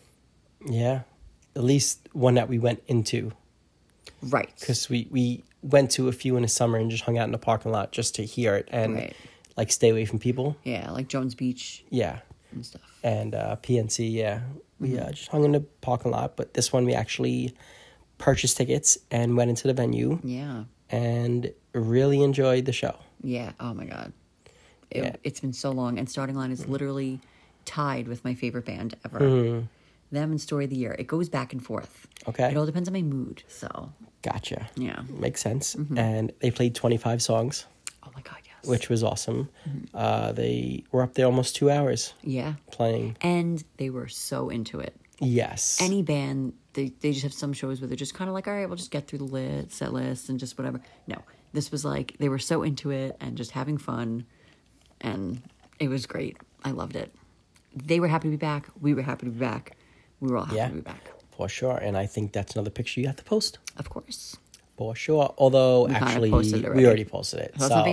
Speaker 4: Yeah. At least one that we went into.
Speaker 5: Right.
Speaker 4: because we, we went to a few in the summer and just hung out in the parking lot just to hear it and
Speaker 5: Right.
Speaker 4: like stay away from people.
Speaker 5: Yeah, like Jones Beach
Speaker 4: Yeah.
Speaker 5: and stuff.
Speaker 4: And uh, PNC, yeah. We
Speaker 5: Mm-hmm.
Speaker 4: uh, just hung in the parking lot, but this one we actually purchased tickets and went into the venue
Speaker 5: Yeah.
Speaker 4: and really enjoyed the show.
Speaker 5: Yeah. Oh my God. It,
Speaker 4: Yeah.
Speaker 5: It's been so long. And Starting Line is literally tied with my favorite band ever. Them and Story of the Year. It goes back and forth.
Speaker 4: Mm-hmm. Okay.
Speaker 5: It all depends on my mood. So, oh
Speaker 4: Gotcha.
Speaker 5: Yeah.
Speaker 4: Makes sense.
Speaker 5: Mm-hmm.
Speaker 4: And they played 25 songs,
Speaker 5: oh my God, yes.
Speaker 4: which was awesome.
Speaker 5: Mm-hmm.
Speaker 4: Uh, they were up there almost two hours
Speaker 5: Yeah.
Speaker 4: playing.
Speaker 5: And they were so into it.
Speaker 4: Yes.
Speaker 5: Any band, they, they just have some shows where they're just kind of like, all right, we'll just get through the lit, set list and just whatever. No, this was like, they were so into it and just having fun. And it was great. I loved it. They were happy to be back. We were happy to be back. We were all happy
Speaker 4: Yeah.
Speaker 5: to be back.
Speaker 4: For sure. And I think that's another picture you have to post.
Speaker 5: Of course.
Speaker 4: For sure. Although
Speaker 5: kinda
Speaker 4: actually,
Speaker 5: posted it
Speaker 4: we
Speaker 5: already.
Speaker 4: already posted it.
Speaker 5: So
Speaker 4: So
Speaker 5: that's be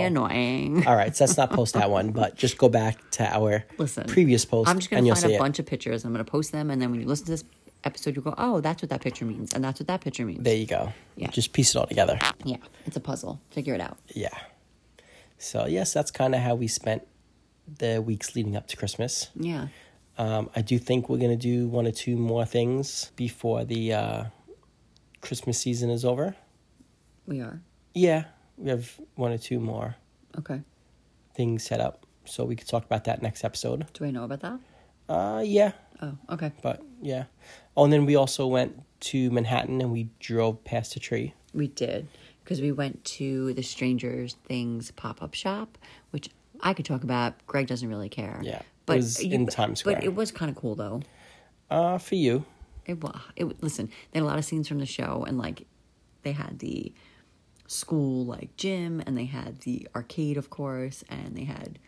Speaker 5: annoying.
Speaker 4: all right, so let's not post that one, but just go back to our
Speaker 5: Listen.
Speaker 4: previous post.
Speaker 5: I'm just going
Speaker 4: and
Speaker 5: to
Speaker 4: you'll
Speaker 5: find
Speaker 4: see
Speaker 5: a
Speaker 4: it.
Speaker 5: bunch of pictures. I'm going to post them. And then when you listen to this episode, you'll go, oh, that's what that picture means. And that's what that picture means.
Speaker 4: There you go.
Speaker 5: Yeah.
Speaker 4: Just piece it all together.
Speaker 5: yeah. It's a puzzle. Figure it out.
Speaker 4: Yeah. So yes, that's kind of how we spent the weeks leading up to Christmas.
Speaker 5: Yeah.
Speaker 4: Um, I do think we're gonna do one or two more things before the uh, Christmas season is over.
Speaker 5: We are.
Speaker 4: Yeah, we have one or two more
Speaker 5: Okay.
Speaker 4: things set up, so we could talk about that next episode.
Speaker 5: Do I know about that?
Speaker 4: Uh, yeah,
Speaker 5: Oh, okay.
Speaker 4: But yeah. Oh, and then we also went to Manhattan and we drove past a tree.
Speaker 5: We did because we went to the Strangers Things pop up shop, which I could talk about. Greg doesn't really care.
Speaker 4: Yeah, it
Speaker 5: but
Speaker 4: was in Times Square.
Speaker 5: But it was kind of cool though.
Speaker 4: Uh, for you.
Speaker 5: It was. It wa- listen. They had a lot of scenes from the show, and like they had the school like gym, and they had the arcade, of course, and they had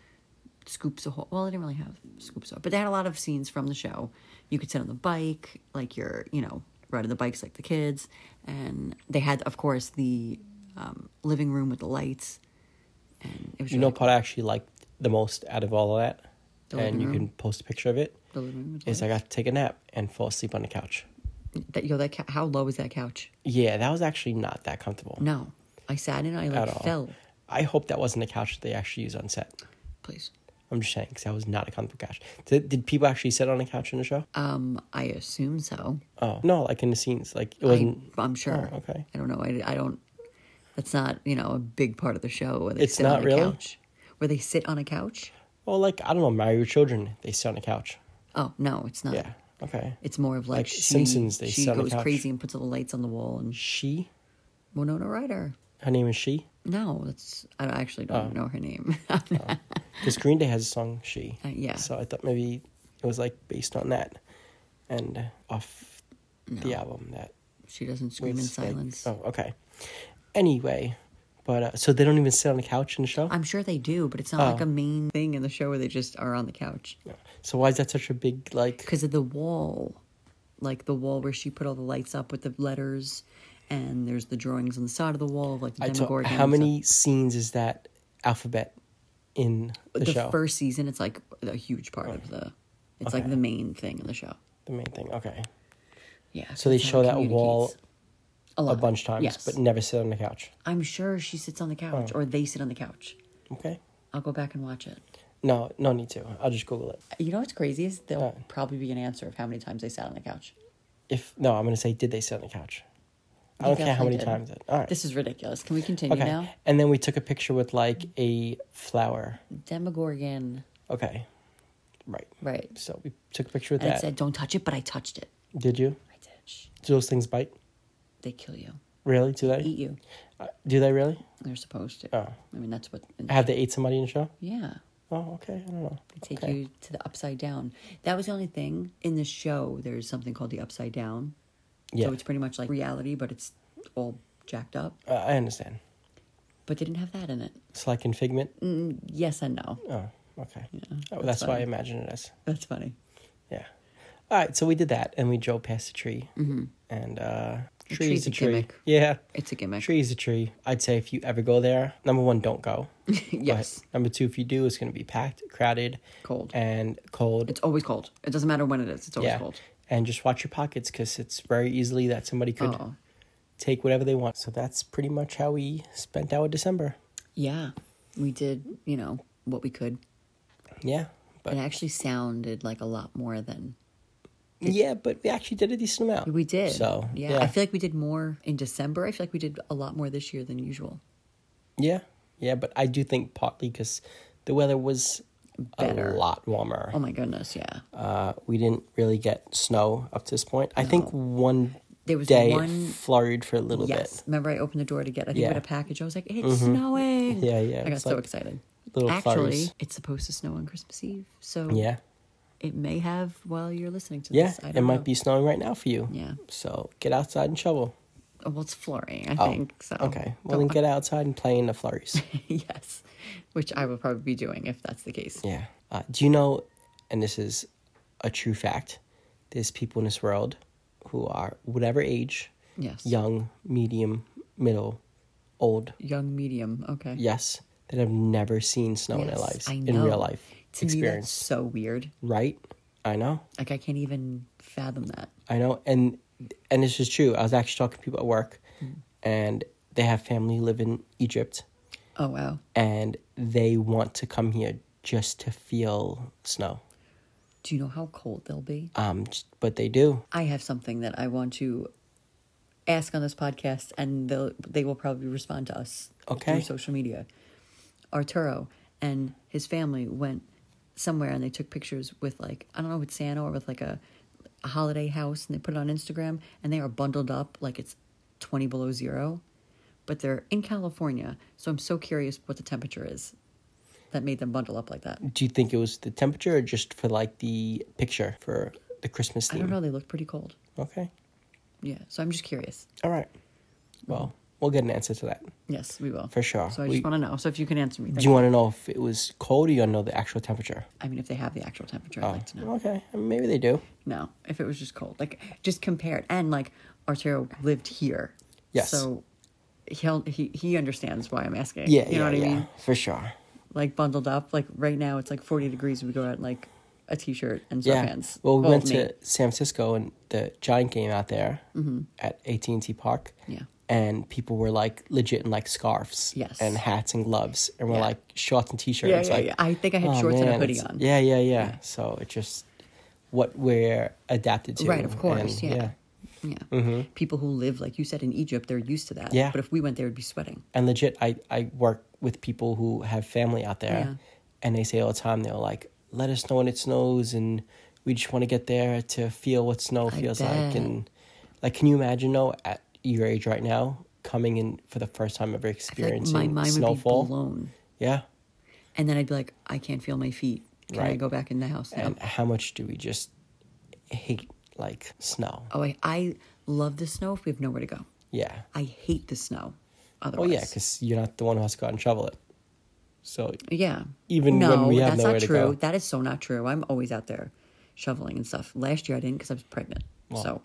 Speaker 5: scoops of well, they didn't really have scoops of, but they had a lot of scenes from the show. You could sit on the bike, like your you know riding the bikes like the kids, and they had, of course, the um, living room with the lights. And it was
Speaker 4: You
Speaker 5: really
Speaker 4: know
Speaker 5: cool.
Speaker 4: what I actually liked the most out of all of that? and you can post a picture of it.
Speaker 5: The living room with
Speaker 4: Is I got to take a nap and fall asleep on the couch.
Speaker 5: that yo that cou- how low is that couch?
Speaker 4: Yeah, that was actually not that comfortable
Speaker 5: No, I sat in. it, I
Speaker 4: at
Speaker 5: like
Speaker 4: all.
Speaker 5: fell.
Speaker 4: I hope that wasn't a couch that they actually used on set.
Speaker 5: Please.
Speaker 4: I'm just saying, because that was not a comfortable couch. Did, did people actually sit on a couch in the show?
Speaker 5: Um, I assume so.
Speaker 4: Oh, no, like in the scenes. Like, it
Speaker 5: I,
Speaker 4: wasn't.
Speaker 5: I'm sure.
Speaker 4: Oh, okay.
Speaker 5: I don't know. I, I don't. That's not you know a big part of the show. Where they
Speaker 4: It's
Speaker 5: sit
Speaker 4: not
Speaker 5: on a
Speaker 4: really?
Speaker 5: couch. Where they sit on a couch?
Speaker 4: Well, like, I don't know, Marry Your Children, they sit on a couch.
Speaker 5: Oh no, it's not.
Speaker 4: Yeah, okay.
Speaker 5: It's more of like,
Speaker 4: Like
Speaker 5: she,
Speaker 4: Simpsons, they
Speaker 5: she
Speaker 4: sit on the
Speaker 5: goes
Speaker 4: couch.
Speaker 5: crazy and puts all the lights on the wall and
Speaker 4: She?
Speaker 5: Winona Ryder.
Speaker 4: Her name is She?
Speaker 5: No, that's I don't- actually don't
Speaker 4: Oh.
Speaker 5: know her name.
Speaker 4: Because Green Day has a song, She.
Speaker 5: Uh, yeah.
Speaker 4: So I thought maybe it was, like, based on that and off the album that
Speaker 5: she doesn't scream in
Speaker 4: It's like-
Speaker 5: silence.
Speaker 4: oh, okay. Anyway, but uh, so they don't even sit on the couch in the show.
Speaker 5: I'm sure they do, but it's
Speaker 4: Oh.
Speaker 5: not like a main thing in the show where they just are on the couch
Speaker 4: so why is that such a big like?
Speaker 5: because of the wall, like the wall where she put all the lights up with the letters, and there's the drawings on the side of the wall, of, like
Speaker 4: I
Speaker 5: the
Speaker 4: told,
Speaker 5: Demogorgon.
Speaker 4: how
Speaker 5: and
Speaker 4: many scenes is that alphabet in the,
Speaker 5: stuff. The,
Speaker 4: show?
Speaker 5: first season, it's like a huge part of the. It's like
Speaker 4: Okay.
Speaker 5: the main thing in the show.
Speaker 4: the main thing. Okay,
Speaker 5: Yeah.
Speaker 4: so they
Speaker 5: it's how
Speaker 4: show
Speaker 5: it
Speaker 4: that wall
Speaker 5: communicates.
Speaker 4: a,
Speaker 5: lot.
Speaker 4: bunch of times,
Speaker 5: Yes.
Speaker 4: but Oh. never sit on the couch.
Speaker 5: I'm sure she sits on the couch or they sit on the couch.
Speaker 4: Okay.
Speaker 5: I'll go back and watch it.
Speaker 4: No, no need to. I'll just Google it.
Speaker 5: You know what's crazy is there'll
Speaker 4: Uh.
Speaker 5: probably be an answer of how many times they sat on the couch.
Speaker 4: If no, I'm gonna say, did they sit on the couch? I
Speaker 5: They
Speaker 4: don't care how many
Speaker 5: definitely did.
Speaker 4: times. It, all right.
Speaker 5: This is ridiculous. Can we continue
Speaker 4: okay.
Speaker 5: now?
Speaker 4: And then we took a picture with like a flower.
Speaker 5: Demogorgon.
Speaker 4: Okay. Right.
Speaker 5: Right.
Speaker 4: So we took a picture with
Speaker 5: And
Speaker 4: that.
Speaker 5: it said, don't touch it, but I touched it.
Speaker 4: Did you?
Speaker 5: I did. Shh.
Speaker 4: Do those things bite?
Speaker 5: They kill you,
Speaker 4: Really? Do they?
Speaker 5: eat you.
Speaker 4: Uh, do they really?
Speaker 5: They're supposed to.
Speaker 4: Oh.
Speaker 5: I mean, that's what.
Speaker 4: Have they ate somebody in the show?
Speaker 5: yeah.
Speaker 4: Oh, okay. I don't know.
Speaker 5: They take
Speaker 4: Okay.
Speaker 5: you to the upside down. That was the only thing in the show. There's something called the upside down.
Speaker 4: Yeah.
Speaker 5: So it's pretty much like reality, but it's all jacked up.
Speaker 4: Uh, I understand.
Speaker 5: But they didn't have that in it.
Speaker 4: It's like in Figment.
Speaker 5: Yes and no.
Speaker 4: Oh, okay. oh,
Speaker 5: Mm. that's
Speaker 4: that's why I
Speaker 5: fine.
Speaker 4: imagine it as.
Speaker 5: That's funny.
Speaker 4: Yeah. All right. So we did that, and we drove past a tree, mm-hmm. and uh,
Speaker 5: The
Speaker 4: tree
Speaker 5: tree's
Speaker 4: is
Speaker 5: a
Speaker 4: a tree.
Speaker 5: gimmick.
Speaker 4: Yeah.
Speaker 5: It's a gimmick.
Speaker 4: Tree is a tree. I'd say if you ever go there, number one, don't go.
Speaker 5: yes.
Speaker 4: But number two, if you do, it's going to be packed, crowded,
Speaker 5: Cold.
Speaker 4: and cold.
Speaker 5: It's always cold. It doesn't matter when it is. It's always
Speaker 4: yeah.
Speaker 5: cold.
Speaker 4: And just watch your pockets because it's very easily that somebody could
Speaker 5: Oh.
Speaker 4: take whatever they want. So that's pretty much how we spent our December.
Speaker 5: Yeah. We did, you know, what we could.
Speaker 4: Yeah. But
Speaker 5: It actually sounded like a lot more than
Speaker 4: yeah, but we actually did a decent amount.
Speaker 5: we did.
Speaker 4: So
Speaker 5: yeah. I feel like we did more in December. I feel like we did a lot more this year than usual.
Speaker 4: yeah, yeah. But I do think partly because the weather was
Speaker 5: Better.
Speaker 4: a lot warmer.
Speaker 5: Oh my goodness, yeah.
Speaker 4: Uh, we didn't really get snow up to this point. I think one
Speaker 5: There was
Speaker 4: day it
Speaker 5: one-
Speaker 4: flurried for a little
Speaker 5: yes. Remember I opened the door to get I think we had
Speaker 4: Yeah. Mm-hmm.
Speaker 5: a package. I was like, It's snowing.
Speaker 4: Yeah, yeah,
Speaker 5: I got
Speaker 4: it's
Speaker 5: so
Speaker 4: like
Speaker 5: excited.
Speaker 4: bit. Little
Speaker 5: Actually,
Speaker 4: flurries.
Speaker 5: it's supposed to snow on Christmas Eve. So
Speaker 4: Yeah,
Speaker 5: it may have while you're listening to
Speaker 4: yeah.
Speaker 5: this. I
Speaker 4: It
Speaker 5: don't
Speaker 4: might
Speaker 5: know.
Speaker 4: be snowing right now for you.
Speaker 5: Yeah.
Speaker 4: So get outside and shovel.
Speaker 5: Oh, well it's flurrying, I
Speaker 4: Oh,
Speaker 5: think. So
Speaker 4: Okay. Well,
Speaker 5: Go
Speaker 4: then get outside and play in the flurries.
Speaker 5: yes, which I will probably be doing if that's the case.
Speaker 4: yeah. Uh, do you know, and this is a true fact, there's people in this world who are whatever age
Speaker 5: Yes.
Speaker 4: young, medium, middle, old,
Speaker 5: Young medium. Okay.
Speaker 4: yes, that have never seen snow in their
Speaker 5: Yes,
Speaker 4: lives,
Speaker 5: I
Speaker 4: in real
Speaker 5: know.
Speaker 4: life
Speaker 5: To me, that's
Speaker 4: experience.
Speaker 5: so weird.
Speaker 4: Right? I know.
Speaker 5: Like I can't even fathom that.
Speaker 4: I know, and and this is true. I was actually talking to people at work,
Speaker 5: Mm.
Speaker 4: and they have family live in Egypt,
Speaker 5: Oh wow.
Speaker 4: and they want to come here just to feel snow.
Speaker 5: Do you know how cold they'll be?
Speaker 4: Um, j- but they do.
Speaker 5: I have something that I want to ask on this podcast, and they'll they will probably respond to us
Speaker 4: Okay.
Speaker 5: through social media. Arturo and his family went somewhere, and they took pictures with like I don't know with Santa or with like a, a holiday house, and they put it on Instagram, and they are bundled up like it's twenty below zero, but they're in California, so I'm so curious what the temperature is that made them bundle up like that.
Speaker 4: Do you think it was the temperature, or just for like the picture for the Christmas
Speaker 5: I
Speaker 4: theme?
Speaker 5: don't know. They look pretty cold.
Speaker 4: Okay.
Speaker 5: Yeah, so I'm just curious.
Speaker 4: All right. Well, We'll get an answer to that.
Speaker 5: Yes, we will.
Speaker 4: For sure.
Speaker 5: So I
Speaker 4: We-
Speaker 5: just want to know. So if you can answer me.
Speaker 4: Do you want to know if it was cold or you want to know the actual temperature?
Speaker 5: I mean, if they have the actual temperature,
Speaker 4: Oh.
Speaker 5: I'd like to know.
Speaker 4: Okay, I mean, maybe they do.
Speaker 5: No, if it was just cold, like just compared, and like Arturo lived here.
Speaker 4: Yes.
Speaker 5: So he'll he he understands why I'm asking.
Speaker 4: Yeah,
Speaker 5: You
Speaker 4: yeah,
Speaker 5: know what I
Speaker 4: yeah,
Speaker 5: mean?
Speaker 4: for sure.
Speaker 5: Like bundled up. Like right now, it's like 40 degrees. We go out in like a t-shirt and
Speaker 4: Yeah.
Speaker 5: sweatpants.
Speaker 4: Well, we
Speaker 5: Well,
Speaker 4: went
Speaker 5: me.
Speaker 4: to San Francisco and the Giant game out there at AT and T Park.
Speaker 5: Mm-hmm. Yeah.
Speaker 4: And people were like legit in like scarves.
Speaker 5: Yes.
Speaker 4: And hats and gloves, and we're
Speaker 5: Yeah.
Speaker 4: like shorts and t-shirts.
Speaker 5: Yeah, yeah,
Speaker 4: like,
Speaker 5: yeah. I think I had
Speaker 4: "Oh,
Speaker 5: shorts
Speaker 4: man,
Speaker 5: and a hoodie
Speaker 4: it's-
Speaker 5: on.
Speaker 4: Yeah, yeah, yeah, So it just what we're adapted to.
Speaker 5: Right, of course,
Speaker 4: and- Mm-hmm.
Speaker 5: yeah. Yeah. People who live, like you said, in Egypt, they're used to that.
Speaker 4: Yeah.
Speaker 5: But if we went there, it'd be sweating.
Speaker 4: And legit, I I work with people who have family out there,
Speaker 5: Yeah.
Speaker 4: and they say all the time they're like, "Let us know when it snows," and we just want to get there to feel what snow feels like.
Speaker 5: bet.
Speaker 4: And like, can you imagine though, at your age right now, coming in for the first time ever
Speaker 5: I feel like
Speaker 4: experiencing
Speaker 5: my mind
Speaker 4: snowfall?
Speaker 5: would be blown.
Speaker 4: Yeah,
Speaker 5: And then I'd be like, I can't feel my feet. Can I
Speaker 4: Right.
Speaker 5: go back in the house now?
Speaker 4: and how much do we just hate like snow?
Speaker 5: oh, I, I love the snow if we have nowhere to go.
Speaker 4: Yeah.
Speaker 5: I hate the snow.
Speaker 4: Oh
Speaker 5: Otherwise.
Speaker 4: yeah, because you're not the one who has to go out and shovel it. So
Speaker 5: Yeah.
Speaker 4: Even when we have
Speaker 5: that's
Speaker 4: nowhere
Speaker 5: not
Speaker 4: to
Speaker 5: true.
Speaker 4: go.
Speaker 5: That is so not true. I'm always out there shoveling and stuff. Last year I didn't because I was pregnant. so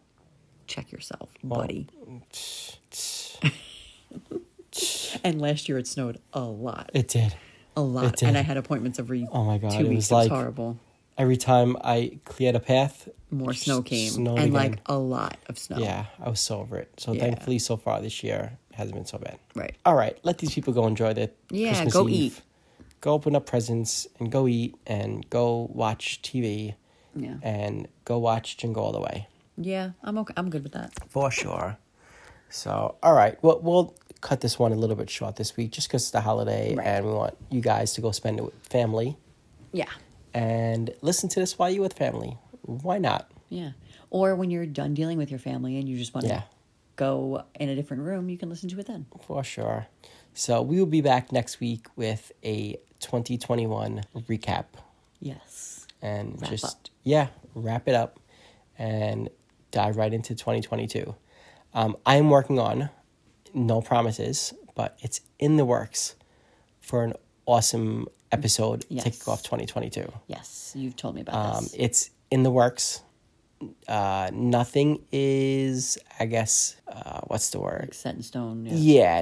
Speaker 5: check yourself, buddy. And last year it snowed a lot,
Speaker 4: it did.
Speaker 5: a
Speaker 4: it
Speaker 5: lot,
Speaker 4: did.
Speaker 5: and I had appointments every
Speaker 4: Oh my God,
Speaker 5: two
Speaker 4: it
Speaker 5: weeks.
Speaker 4: was like-
Speaker 5: horrible.
Speaker 4: Every time I cleared a path,
Speaker 5: More
Speaker 4: s-
Speaker 5: snow came,
Speaker 4: snowed
Speaker 5: and
Speaker 4: again.
Speaker 5: like a lot of snow.
Speaker 4: Yeah, I was so over it. So
Speaker 5: Yeah.
Speaker 4: thankfully, so far this year it hasn't been so bad.
Speaker 5: Right.
Speaker 4: All right, let these people go enjoy their
Speaker 5: Yeah,
Speaker 4: Christmas
Speaker 5: go
Speaker 4: Eve.
Speaker 5: eat.
Speaker 4: Go open up presents and go eat and go watch TV.
Speaker 5: Yeah.
Speaker 4: And go watch Jingle All the Way.
Speaker 5: Yeah, I'm okay. I'm good with that.
Speaker 4: For sure. So, all right. Well, we'll cut this one a little bit short this week just because it's the holiday
Speaker 5: Right.
Speaker 4: and we want you guys to go spend it with family
Speaker 5: Yeah.
Speaker 4: and listen to this while you're with family. Why not?
Speaker 5: Yeah. Or when you're done dealing with your family and you just want to
Speaker 4: Yeah.
Speaker 5: go in a different room, you can listen to it then.
Speaker 4: For sure. So, we will be back next week with a 2021 recap
Speaker 5: Yes.
Speaker 4: and
Speaker 5: Wrap
Speaker 4: just,
Speaker 5: up.
Speaker 4: yeah, wrap it up and dive right into 2022. Um, I am working on, no promises, but it's in the works for an awesome episode to
Speaker 5: Yes.
Speaker 4: kick off 2022.
Speaker 5: Yes, you've told me about
Speaker 4: Um,
Speaker 5: this.
Speaker 4: it's in the works. Uh, nothing is, I guess, uh, what's the word?
Speaker 5: Set in stone. Yeah.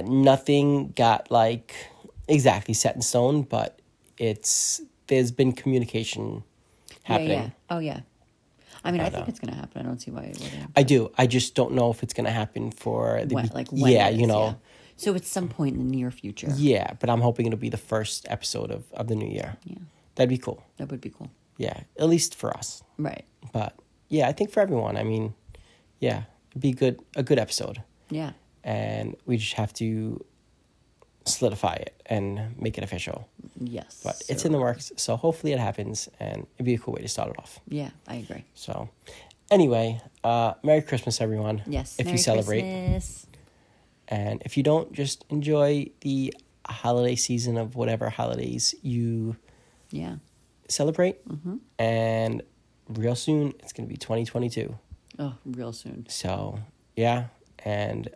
Speaker 4: yeah, nothing got like exactly set in stone, but it's there's been communication happening.
Speaker 5: Yeah, yeah. Oh yeah. I mean, I, think it's gonna happen. I don't see why it wouldn't.
Speaker 4: I do. I just don't know if it's gonna happen for the
Speaker 5: When,
Speaker 4: be-
Speaker 5: like when
Speaker 4: yeah,
Speaker 5: it
Speaker 4: you
Speaker 5: is,
Speaker 4: know,
Speaker 5: yeah. So it's some point in the near future.
Speaker 4: yeah. But I'm hoping it'll be the first episode of of the new year. Yeah, that'd be cool.
Speaker 5: That would be cool.
Speaker 4: Yeah, at least for us.
Speaker 5: Right.
Speaker 4: But yeah, I think for everyone. I mean, yeah, it'd be good a good episode,
Speaker 5: Yeah.
Speaker 4: and we just have to solidify it and make it official.
Speaker 5: Yes.
Speaker 4: but it's
Speaker 5: So-
Speaker 4: in the works. So hopefully it happens, and it'd be a cool way to start it off.
Speaker 5: Yeah, I agree.
Speaker 4: So, anyway, uh, Merry Christmas, everyone.
Speaker 5: Yes.
Speaker 4: If
Speaker 5: Merry
Speaker 4: you celebrate,
Speaker 5: Christmas.
Speaker 4: and if you don't, just enjoy the holiday season of whatever holidays you
Speaker 5: Yeah.
Speaker 4: celebrate.
Speaker 5: Mm-hmm.
Speaker 4: And real soon, it's gonna be twenty twenty two.
Speaker 5: Oh, real soon.
Speaker 4: So yeah, and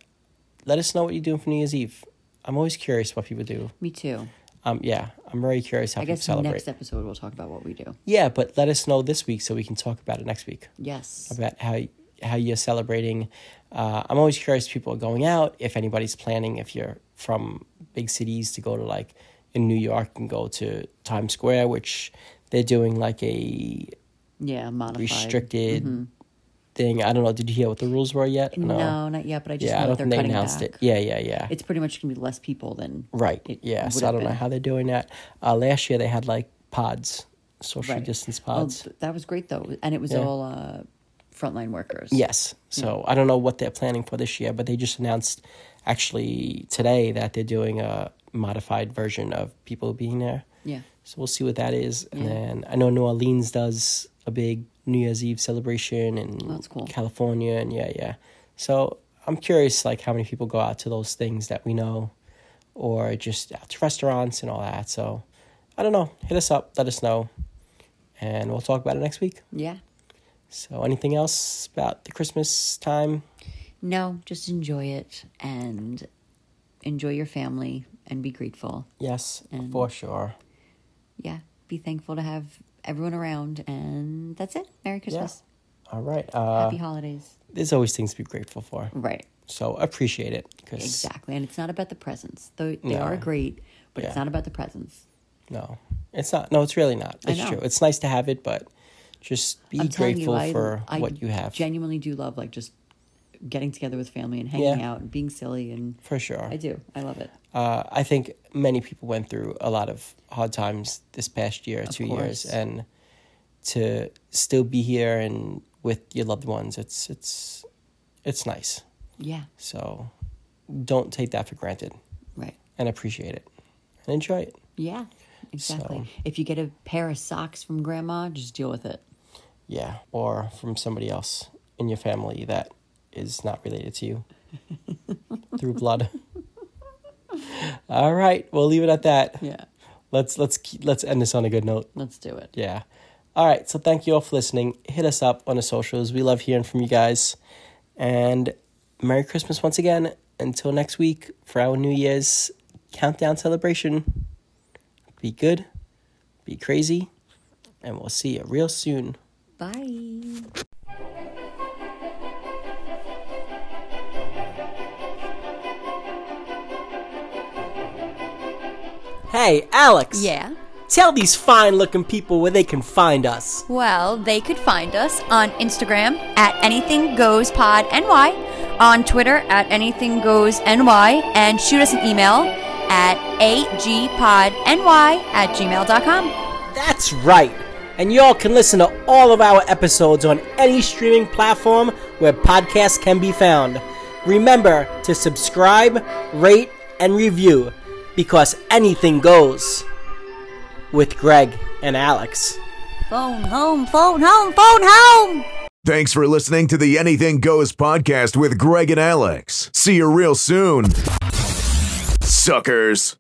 Speaker 4: let us know what you're doing for New Year's Eve. I'm always curious what people do.
Speaker 5: Me too.
Speaker 4: Um, yeah, I'm very curious how
Speaker 5: I
Speaker 4: people
Speaker 5: guess
Speaker 4: celebrate.
Speaker 5: next episode we'll talk about what we do.
Speaker 4: yeah, but let us know this week so we can talk about it next week.
Speaker 5: Yes.
Speaker 4: about how how you're celebrating. Uh, I'm always curious if people are going out, if anybody's planning, if you're from big cities to go to like in New York and go to Times Square, which they're doing like a
Speaker 5: Yeah. Modified.
Speaker 4: restricted thing. I don't know. Did you hear what the rules were yet?
Speaker 5: Mm-hmm. No. not yet. But I just
Speaker 4: Yeah,
Speaker 5: know
Speaker 4: I don't
Speaker 5: they're
Speaker 4: think they
Speaker 5: cutting
Speaker 4: announced
Speaker 5: back.
Speaker 4: it. Yeah, yeah, yeah.
Speaker 5: It's pretty much gonna be less people than. oh,
Speaker 4: right.
Speaker 5: it
Speaker 4: yeah.
Speaker 5: would
Speaker 4: So I
Speaker 5: have
Speaker 4: don't know
Speaker 5: been.
Speaker 4: how they're doing that. Uh, last year they had like pods, social
Speaker 5: Right.
Speaker 4: distance
Speaker 5: Well,
Speaker 4: pods.
Speaker 5: th- that was great though, and it was
Speaker 4: Yeah.
Speaker 5: all uh, frontline workers.
Speaker 4: Yes. So I don't know what they're planning for this year, but they just announced actually today that they're doing a modified version of people being there.
Speaker 5: Yeah.
Speaker 4: So we'll see what that is. And
Speaker 5: Yeah.
Speaker 4: then I know New Orleans does a big New Year's Eve celebration and
Speaker 5: Oh, That's cool.
Speaker 4: California and yeah, yeah. So I'm curious like how many people go out to those things that we know or just out to restaurants and all that. So I don't know. Hit us up, let us know. And we'll talk about it next week.
Speaker 5: Yeah.
Speaker 4: So, anything else about the Christmas time?
Speaker 5: No, just enjoy it and enjoy your family and be grateful.
Speaker 4: Yes,
Speaker 5: And-
Speaker 4: for sure.
Speaker 5: Yeah, be thankful to have everyone around. And that's it. Merry Christmas.
Speaker 4: All right. Uh,
Speaker 5: Happy holidays.
Speaker 4: there's always things to be grateful for.
Speaker 5: Right.
Speaker 4: So appreciate it. 'cause-
Speaker 5: Exactly. And it's not about the presents. Though they
Speaker 4: No.
Speaker 5: are great, but it's
Speaker 4: Yeah.
Speaker 5: not about the presents.
Speaker 4: No, it's not. No, it's really not.
Speaker 5: I
Speaker 4: It's
Speaker 5: know.
Speaker 4: true. It's nice to have it, but just be
Speaker 5: I'm telling
Speaker 4: grateful
Speaker 5: you, I,
Speaker 4: for
Speaker 5: I
Speaker 4: what you have.
Speaker 5: genuinely do love like just getting together with family and hanging
Speaker 4: Yeah.
Speaker 5: out and being silly and
Speaker 4: for sure.
Speaker 5: I do. I love it.
Speaker 4: Uh, I think many people went through a lot of hard times this past year, two years,
Speaker 5: course.
Speaker 4: and to still be here and with your loved ones, it's it's it's nice.
Speaker 5: Yeah.
Speaker 4: So don't take that for granted
Speaker 5: Right.
Speaker 4: and appreciate it and enjoy it.
Speaker 5: Yeah. Exactly.
Speaker 4: So-
Speaker 5: If you get a pair of socks from grandma, just deal with it.
Speaker 4: Yeah, or from somebody else in your family that is not related to you through blood. All right, we'll leave it at that.
Speaker 5: Yeah.
Speaker 4: Let's let's keep, let's end this on a good note.
Speaker 5: Let's do it.
Speaker 4: Yeah. All right. So thank you all for listening. Hit us up on the socials. We love hearing from you guys. And Merry Christmas once again. Until next week for our New Year's countdown celebration. Be good, be crazy, and we'll see you real soon.
Speaker 5: Bye.
Speaker 4: Hey, Alex.
Speaker 6: Yeah.
Speaker 4: Tell these fine looking people where they can find us.
Speaker 6: Well, they could find us on Instagram at anything goes pod ny, on Twitter at anything goes ny, and shoot us an email at agpodny at gmail.com.
Speaker 4: That's right. And y'all can listen to all of our episodes on any streaming platform where podcasts can be found. Remember to subscribe, rate, and review because anything goes with Greg and Alex.
Speaker 6: Phone home, phone home, phone home!
Speaker 1: Thanks for listening to the Anything Goes podcast with Greg and Alex. See you real soon, suckers.